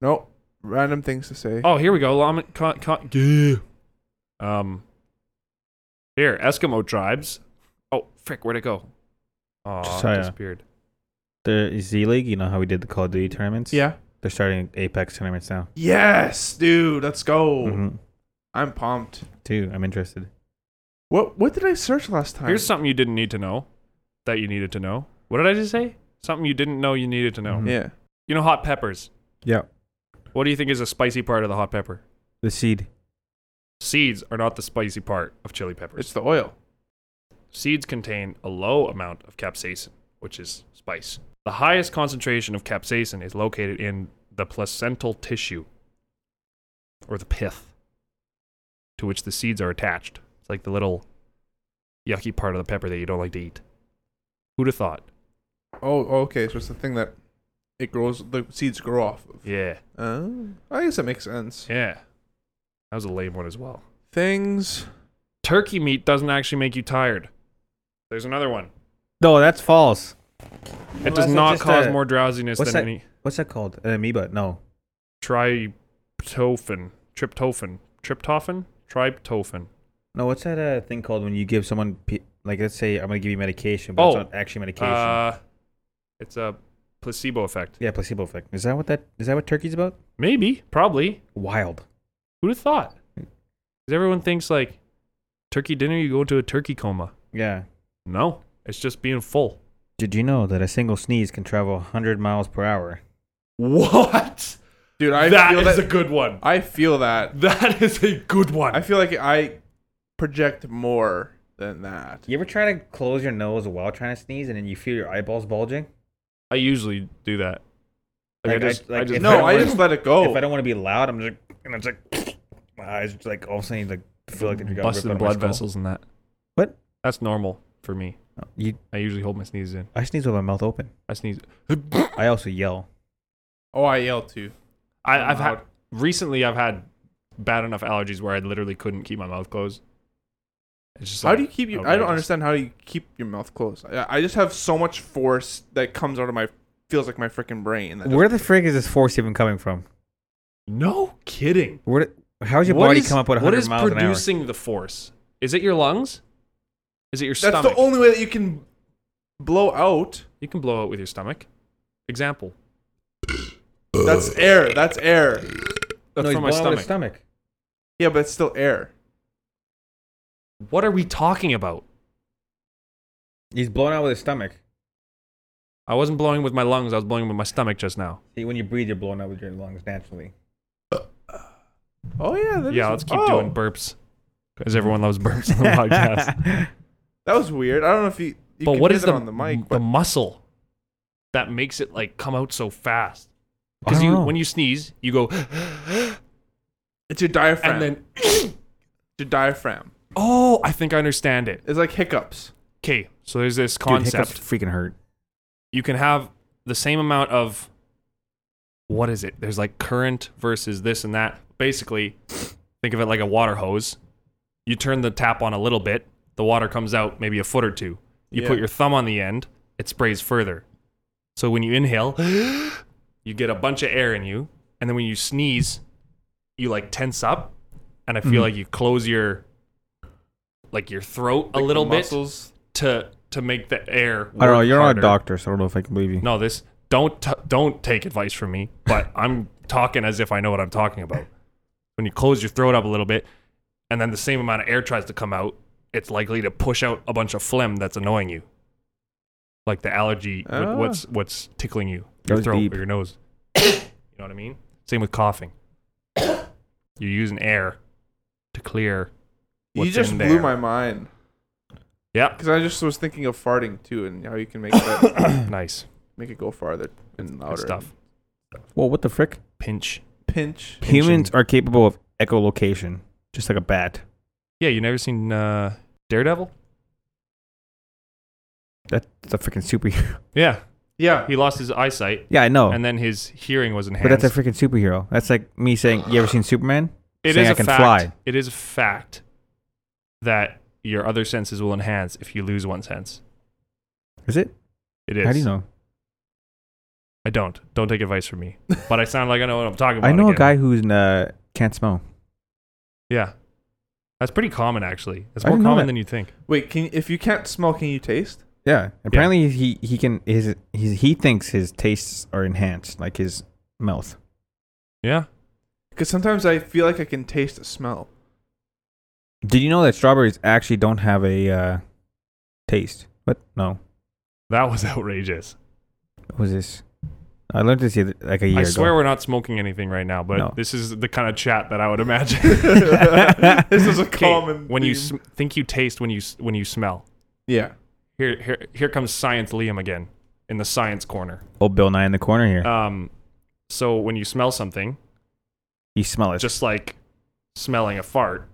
no. Random things to say. Oh, here we go. Lama, con, con, yeah. Um, here Eskimo tribes. Oh frick, where'd it go? Oh, Just, uh, it disappeared. The Z League, you know how we did the Call of Duty tournaments? Yeah. They're starting Apex tournaments now. Yes, dude. Let's go. Mhm. I'm pumped. Too. I'm interested. What What did I search last time? Here's something you didn't need to know, that you needed to know. What did I just say? Something you didn't know you needed to know. Mhm. yeah. You know hot peppers. Yeah. What do you think is a spicy part of the hot pepper? The seed. Seeds are not the spicy part of chili peppers. It's the oil. Seeds contain a low amount of capsaicin, which is spice. The highest concentration of capsaicin is located in the placental tissue or the pith to which the seeds are attached. It's like the little yucky part of the pepper that you don't like to eat. Who'd have thought? Oh, okay. So it's the thing that it grows. The seeds grow off of. Yeah. Oh, I guess that makes sense. Yeah. That was a lame one as well. Things. Turkey meat doesn't actually make you tired. There's another one. No, that's false. It does not cause more drowsiness what's than that- any What's that called? An amoeba? No. tryptophan, tryptophan, tryptophan, tryptophan. No, what's that uh, thing called when you give someone, p- like, let's say I'm going to give you medication, but it's Oh. not actually medication? Uh, it's a placebo effect. yeah, placebo effect. Is that what that, is that what turkey's about? Maybe, probably. Wild. Who'd have thought? Because everyone thinks like turkey dinner, you go into a turkey coma. Yeah. No, it's just being full. Did you know that a single sneeze can travel 100 miles per hour? What? Dude, I that feel is that. a good one. I feel that. That is a good one. I feel like I project more than that. You ever try to close your nose while trying to sneeze and then you feel your eyeballs bulging? I usually do that. Like, Like, I I- just, I, like, just if No, I I don't just let it go. If I don't want to be loud, I'm just, and it's like, my eyes just like all of a sudden like feel like you got ripped out busting of my blood skull. vessels and that. What? That's normal for me. You, I usually hold my sneezes in. I sneeze with my mouth open. I sneeze. I also yell. Oh, I yell too. I, I've had Loud. recently. I've had bad enough allergies where I literally couldn't keep my mouth closed. It's just How like, do you keep your? okay, I don't just- understand how you keep your mouth closed. I, I just have so much force that comes out of my feels like my freaking brain. That Where the frick is this force even coming from? No kidding. Where? How does your What body is- come up with what 100 is miles producing the force? Is it your lungs? Is it your that's stomach? the only way that you can blow out. you can blow out with your stomach. Example. That's air. That's air. an hour? That's from my stomach. stomach. Yeah, but it's still air. What are we talking about? He's blown out with his stomach. I wasn't blowing with my lungs. I was blowing with my stomach just now. See, when you breathe, you're blown out with your lungs naturally. Oh yeah. that yeah, is- let's keep oh, doing burps because everyone loves burps on the podcast. That was weird. I don't know if you. you but could what hear is that the on the mic? the But muscle that makes it like come out so fast? I Because don't you know. when you sneeze, you go it's your diaphragm. and then your diaphragm. oh, I think I understand it. It's like hiccups. Okay, so there's this Dude, concept. hiccups freaking hurt. you can have the same amount of what is it? There's like current versus this and that. Basically, think of it like a water hose. You turn the tap on a little bit, the water comes out maybe a foot or two. You Yeah. put your thumb on the end, it sprays further. So when you inhale, you get a bunch of air in you, and then when you sneeze, you like tense up, and I Mm-hmm. feel like you close your like your throat a little bit Muscles. to to make the air. I don't know. work You're not harder. a doctor, so I don't know if I can believe you. No, this don't t- don't take advice from me, but I'm talking as if I know what I'm talking about. When you close your throat up a little bit, and then the same amount of air tries to come out, it's likely to push out a bunch of phlegm that's annoying you, like the allergy. wh- Ah. What's what's tickling you? That Your was throat deep. or your nose. you know what I mean? Same with coughing. You're using air to clear. What's You just in blew there? my mind Yep. because I just was thinking of farting too, and how you can make that nice. make it go farther and louder. Good stuff. Well, what the frick? Pinch. Pinch. Pinching. Humans are capable of echolocation, just like a bat. Yeah, you never seen uh, Daredevil? That's a freaking superhero. Yeah. Yeah. He lost his eyesight, Yeah, I know. and then his hearing was enhanced. Oh. but that's a freaking superhero. That's like me saying, "You ever seen Superman?" It saying is I a can fact. fly. It is a fact that your other senses will enhance if you lose one sense. Is it? It is. How do you know? I don't. Don't take advice from me. But I sound like I know what I'm talking about. I know a again. guy who's uh, can't smell. Yeah. That's pretty common, actually. It's I more didn't know common that. than you think. Wait, can if you can't smell, can you taste? Yeah. Apparently, he he can his, his he thinks his tastes are enhanced, like his mouth. Yeah. Because sometimes I feel like I can taste a smell. Did you know that strawberries actually don't have a uh, taste? What? No. That was outrageous. What was this? I learned this the other- like a year I ago. swear we're not smoking anything right now, but No. this is the kind of chat that I would imagine. this is a Okay, common when you theme. sm- think you taste when you s- when you smell. yeah. Here here here comes science Liam again in the science corner. Old Bill Nye in the corner here. Um so when you smell something, you smell it. just like smelling a fart,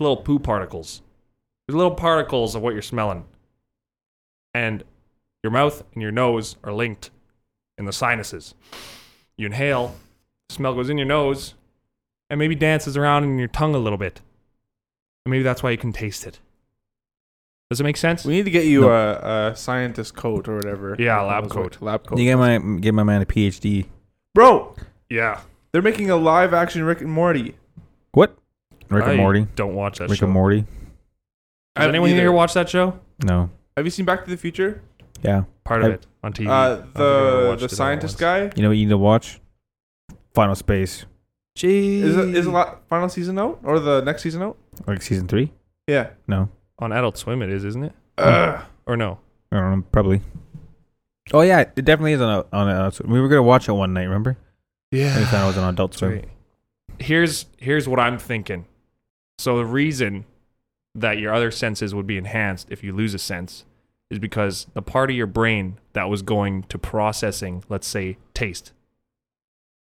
little poo particles. There's little particles of what you're smelling. And your mouth and your nose are linked in the sinuses. You inhale, smell goes in your nose, and maybe dances around in your tongue a little bit. And maybe that's why you can taste it. Does it make sense? We need to get you No. a, a scientist coat or whatever. Yeah, lab Those are- coat. Lab coat. you get my get my man a PhD. Bro, yeah. they're making a live action Rick and Morty. What? Rick I and Morty. Don't watch that Rick show. and Morty. I Does don't anyone either. here watch that show? No. Have you seen Back to the Future? Yeah. Part of I- it on TV. I Uh, don't think I ever the watched it all the at scientist once. guy. You know what you need to watch? Final Space, Is it, is a lot final season out or the next season out? like season three. Yeah. No, on Adult Swim it is, isn't it? Hmm. Ugh. Or no? I don't know. Probably. Oh yeah, it definitely is on a, on. A, we were gonna watch it one night. Remember? And we found it was on Adult Swim. Sorry. Here's here's what I'm thinking. So the reason that your other senses would be enhanced if you lose a sense is because the part of your brain that was going to processing, let's say taste,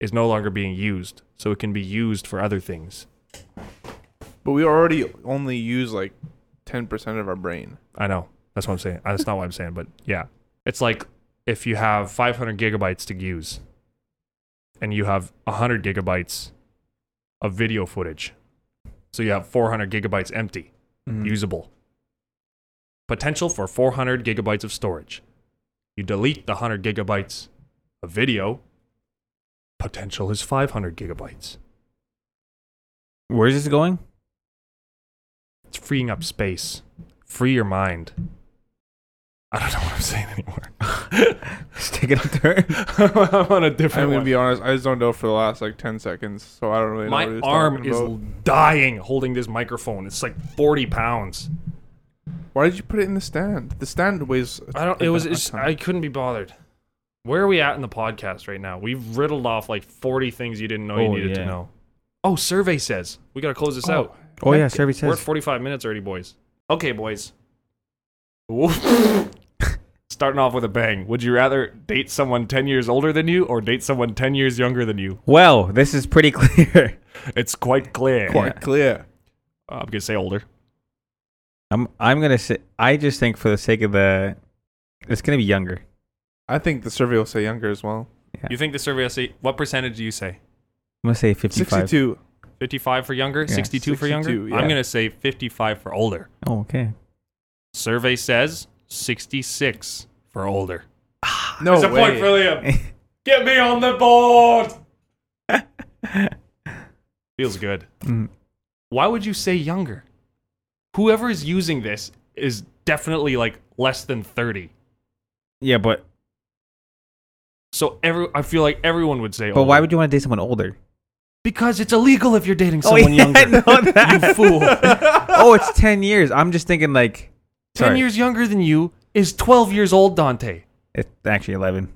is no longer being used. So it can be used for other things. But we already only use like ten percent of our brain. I know. That's what I'm saying. That's not what I'm saying, but yeah. It's like if you have 500 gigabytes to use and you have 100 gigabytes of video footage. So you have 400 gigabytes empty, Hmm. Mm-hmm. usable. Potential for 400 gigabytes of storage. You delete the 100 gigabytes of video, potential is 500 gigabytes. Where is this going? It's freeing up space. Free your mind. I don't know what I'm saying anymore. Let's take it up there. I'm on a I'm different gonna one. be honest. I just don't know for the last like ten seconds, so I don't really. know My what he's arm talking is about. dying holding this microphone. It's like 40 pounds. Why did you put it in the stand? The stand weighs. I don't. It was. It's, I couldn't be bothered. Where are we at in the podcast right now? We've riddled off like 40 things you didn't know you Oh, needed to yeah. know. Oh, survey says we gotta close this out. Oh yeah, survey We're at says. 45 minutes already, boys. Okay, boys. Woo. Starting off with a bang. Would you rather date someone 10 years older than you or date someone 10 years younger than you? Well, this is pretty clear. It's quite clear. quite clear. Uh, I'm gonna say older. I'm I'm gonna say. I just think for the sake of the, it's gonna be younger. I think the survey will say younger as well. You think the survey will say what percentage do you say? I'm gonna say 55. Sixty-two. 55 for younger, 62 for younger? 62, I'm yeah. gonna say 55 for older. Oh okay. Survey says 66 for older. No It's a way. point for Liam. Get me on the board. Feels good. Mm. Why would you say younger? Whoever is using this is definitely like less than 30. Yeah, but So every I feel like everyone would say but why would you want to date someone older? Because it's illegal if you're dating someone younger. you fool. 10 oh, it's 10 years. I'm just thinking like Sorry. years younger than you is 12 years old, Dante. it's actually 11.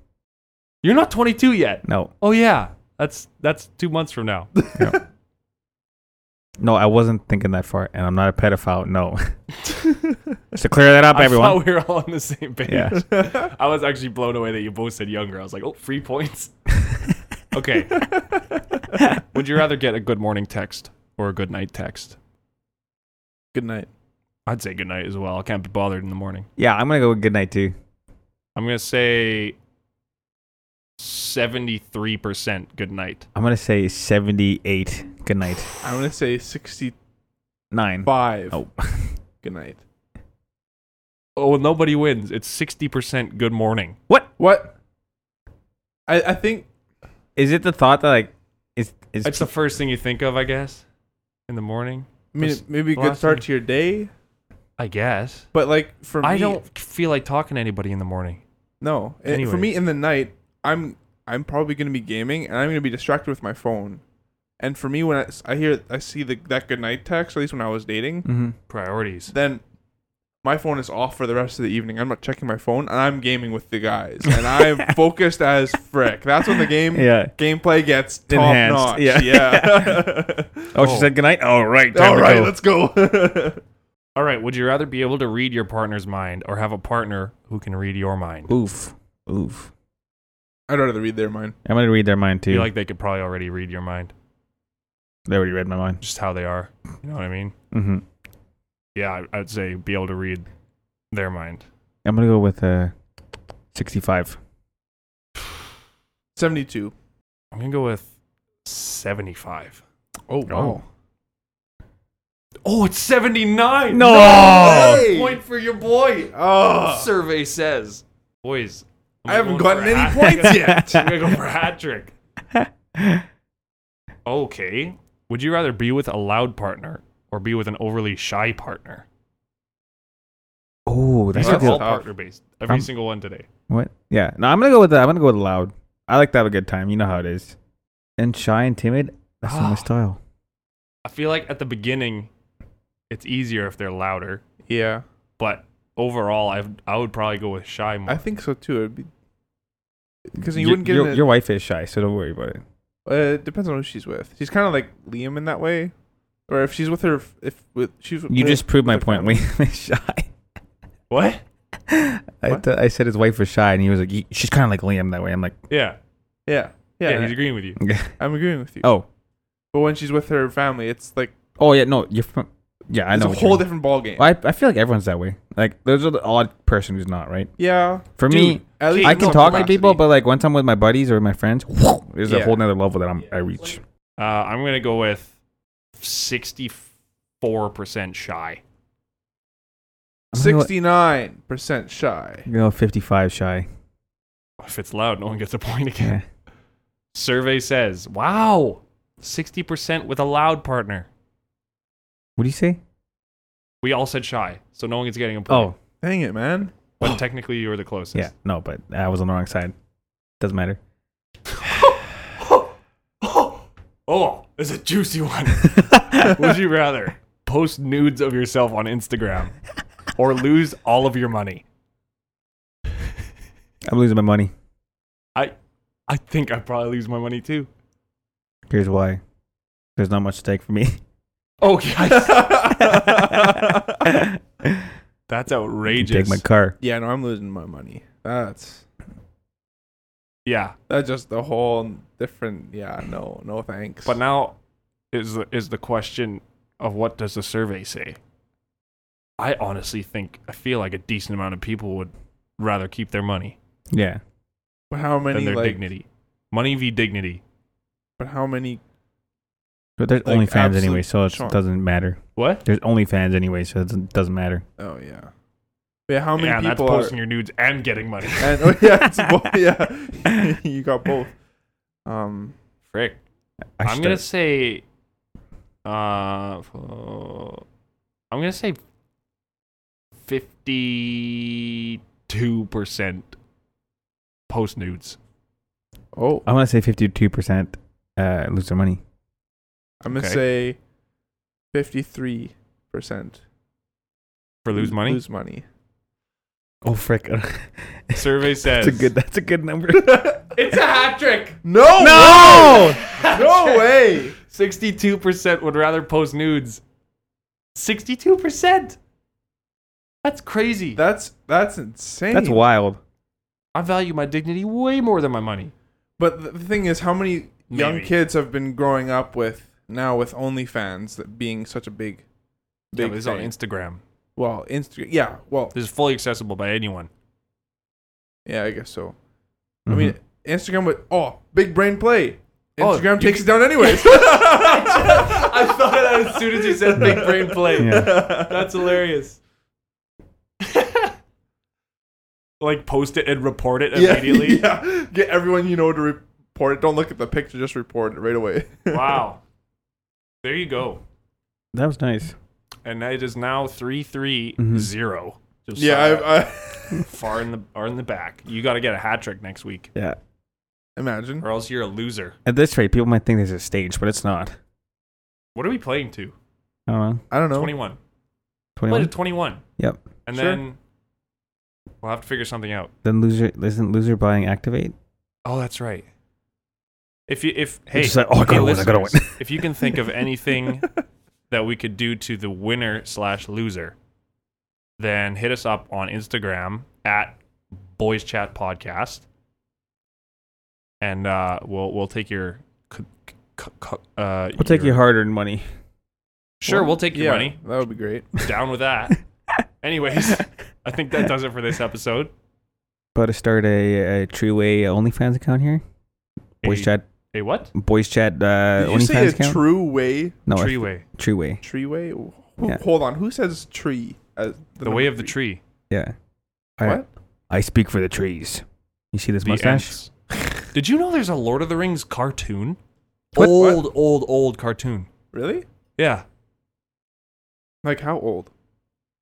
You're not 22 yet. No, Oh yeah. That's that's 2 months from now. no, I wasn't thinking that far, and I'm not a pedophile. No, just to clear that up, I everyone. thought we were all on the same page. Yeah. I was actually blown away that you both said younger. I was like, oh, free points. okay. Would you rather get a good morning text or a good night text? Good night. I'd say good night as well. I can't be bothered in the morning. yeah, I'm gonna go with good night too. I'm gonna say seventy-three percent. Good night. I'm gonna say 78. Good night. I'm gonna say sixty-five. Nine. Oh, Good night. Oh, well, nobody wins. It's sixty percent. Good morning. What? I I think is it the thought that like is is It's the first thing you think of, I guess, in the morning. I mean, Just maybe a good last start thing. to your day, I guess. but like for I me, don't feel like talking to anybody in the morning. No, And for me Anyways. in the night, I'm I'm probably gonna be gaming and I'm gonna be distracted with my phone. And for me, when I, s- I hear I see the that good night text, at least when I was dating, Mm-hmm. Priorities. then my phone is off for the rest of the evening. I'm not checking my phone, and I'm gaming with the guys, and I'm focused as frick. That's when the game Yeah. gameplay gets top Enhanced, notch. yeah. Yeah. Oh, she Oh. said good night. All right. Time All to right, go. let's go. All right. Would you rather be able to read your partner's mind or have a partner who can read your mind? Oof. Oof. I'd rather read their mind. I'm gonna read their mind I too. feel like they could probably already read your mind, they already read my mind. just how they are. You know what I mean? Mm-hmm. Yeah, I- I'd say be able to read their mind. I'm gonna go with uh, 65. Seventy-two. I'm gonna go with seventy-five. Oh wow. Oh, it's seventy-nine. No! Another Hey! point for your boy. Oh, survey says. Boys, am I haven't going gotten for a any hat- points yet. I'm gonna go for a hat trick. Okay. Would you rather be with a loud partner or be with an overly shy partner? Oh, that's These a are That's all good. tough. partner based. Every Um, single one today. What? Yeah. No, I'm gonna go with that. I'm gonna go with loud. I like to have a good time. You know how it is. And shy and timid. That's not my Ah. style. I feel like at the beginning, it's easier if they're louder, Yeah, but overall, I I would probably go with shy more. I think so too. It'd be because you Your- wouldn't get your, in a- your wife is shy, so don't worry about it. Uh, it depends on who she's with. She's kind of like Liam in that way, or if she's with her, if with she's. With You just proved my with her point. family. Liam is shy. what? I, What? th- I said his wife was shy, and he was like, "Y- "She's kind of like Liam that way." I'm like, Yeah. Yeah, yeah, Yeah, he's agreeing with you. I'm agreeing with you. "Oh, But when she's with her family, it's like oh yeah, no, you're from, yeah, I it's know." a what you whole mean. different ball game. Well, I I feel like everyone's that way. Like, there's an odd person who's not right. yeah, For me, Dude, at I in can some talk to capacity. people, but like once I'm with my buddies or my friends, there's a Yeah. whole nother level that I'm, I reach. Uh, I'm gonna go with sixty-four percent shy. sixty-nine percent shy. You know, 55 shy. If it's loud, no one gets a point again. Yeah. Survey says, wow, 60% with a loud partner. What do you say? We all said shy, so no one is getting a Oh, point. Dang it, man! But technically, you were the closest. yeah. No, but I was on the wrong side. Doesn't matter. Oh, it's a juicy one. Would you rather post nudes of yourself on Instagram or lose all of your money? I'm losing my money. I think I'd probably lose my money too. Here's why. There's not much stake for me. Oh, Okay. You That's can Take outrageous. my car. Yeah, no, I'm losing my money. That's yeah. that's just a whole different. Yeah, no, no thanks. But now is the, is the question of what does the survey say? I honestly think I feel like a decent amount of people would rather keep their money Yeah. but how many than their like? dignity. Money v dignity. But how many? But there's Like, only fans absolute anyway, so it charm. doesn't matter. What? There's only fans anyway, so it doesn't, doesn't matter. Oh yeah, yeah. How many yeah, and that's people are? posting your nudes and getting money. And oh yeah, it's both, yeah. you got both. Um, Frick. I I'm should- gonna say uh fo- I'm gonna say fifty two percent post nudes. oh, I want to say 52% uh, lose their money. I'm gonna okay. say fifty-three percent For lose money? Lose money. Oh, frick. Survey says that's, a good, that's a good number. It's a hat trick. No, way! no way. 62% would rather post nudes. 62%? That's crazy. That's that's insane. That's wild. I value my dignity way more than my money. But the- the thing is, how many young Maybe. kids have been growing up with now with OnlyFans that being such a big, Yeah, big but it's thing? on Instagram. well, Instagram. Yeah. Well, This is fully accessible by anyone. Yeah, I guess so. I Mm-hmm. mean, Instagram would. Oh, big brain play. Oh, Instagram takes it down anyways. I thought of that as soon as you said big brain play. That's hilarious. like post it and report it Yeah, immediately. yeah. Get everyone you know to report it. Don't look at the picture. Just report it right away. Wow. There you go. that was nice. and it is now three three Mhm. zero. Just yeah, like I, I far in the far in the back. You got to get a hat trick next week, Yeah. imagine. or else you're a loser. At this rate, people might think there's a stage, but it's not. What are we playing to? I don't know. I don't know. Twenty one. Play to 21? twenty one, Yep. and Sure. then we'll have to figure something out. Then loser isn't loser buying activate. Oh, that's right. If you if hey, just like, oh, I gotta hey, win, I gotta listeners, if you can think of anything that we could do to the winner slash loser, then hit us up on Instagram at Boys Chat Podcast, and uh, we'll we'll take your. c- c- c- Uh, We'll take your hard-earned money. Sure, Well, we'll take your yeah, money. That would be great. Down with that. Anyways, I think that does it for this episode. About to start a, a Treeway OnlyFans account here. Boys a, chat, A what? boys chat uh, Did you say OnlyFans a account. true way? no, a Treeway. tree way. Tree way? Wh- Yeah. Hold on. Who says tree? As The way of the tree. Yeah. What? I speak for the trees. You see this The mustache? Ents. Did you know there's a Lord of the Rings cartoon? What? Old, old, old cartoon. Really? Yeah, Like how old?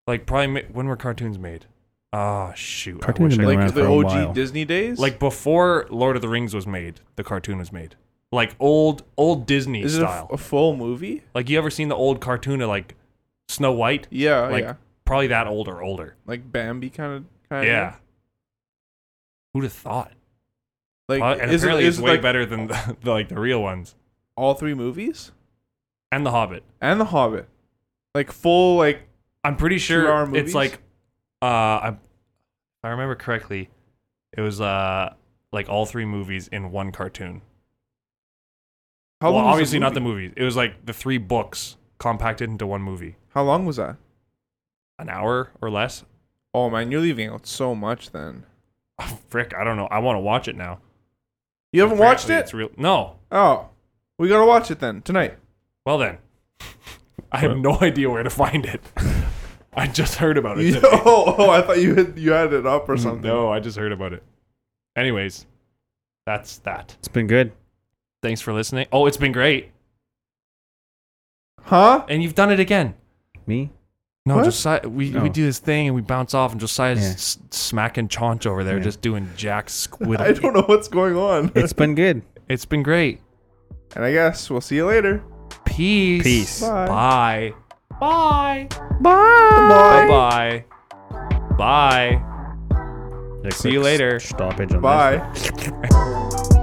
like probably ma- when were cartoons made? Ah, shoot. I Cartoons wish I have been could- around Like the for a OG while. Disney days? like before Lord of the Rings was made, the cartoon was made. Like old, old Disney is it a, f- oh. style. a full movie? like you ever seen the old cartoon of like Snow White? Yeah, Like- yeah. Probably that old or older. Like Bambi kind of. Kind Yeah. Who'd have thought? Like Uh, and is it, apparently is it's it way like better than the, the, like the real ones. all three movies And The Hobbit. and The Hobbit, like full like I'm pretty sure Two-hour it's movies? like uh I if I remember correctly, it was uh like all three movies in one cartoon. how well, long? was obviously the not the movie? movies. It was like the three books compacted into one movie. How long was that? An hour or less. Oh man, you're leaving out so much. Then Oh, frick, I don't know. I want to watch it now. you haven't watched Apparently it. It's real. No. Oh, we gotta watch it then tonight. Well then. I have no idea where to find it. I just heard about it. You- today. oh, oh, I thought you had you had it up or something. Mm, No, I just heard about it. Anyways, that's that. It's been good. Thanks for listening. Oh, it's been great. Huh? And you've done it again. Me? No, What? Josiah, we, Oh. we do this thing and we bounce off, and Josiah's Yeah. s- smacking Chaunch over there, Yeah. just doing jack squid. I don't know what's going on. It's been good. It's been great. and I guess we'll see you later. Peace. Peace. Bye. Bye. Bye. Bye. Bye. See you later. Stoppage on this. Bye.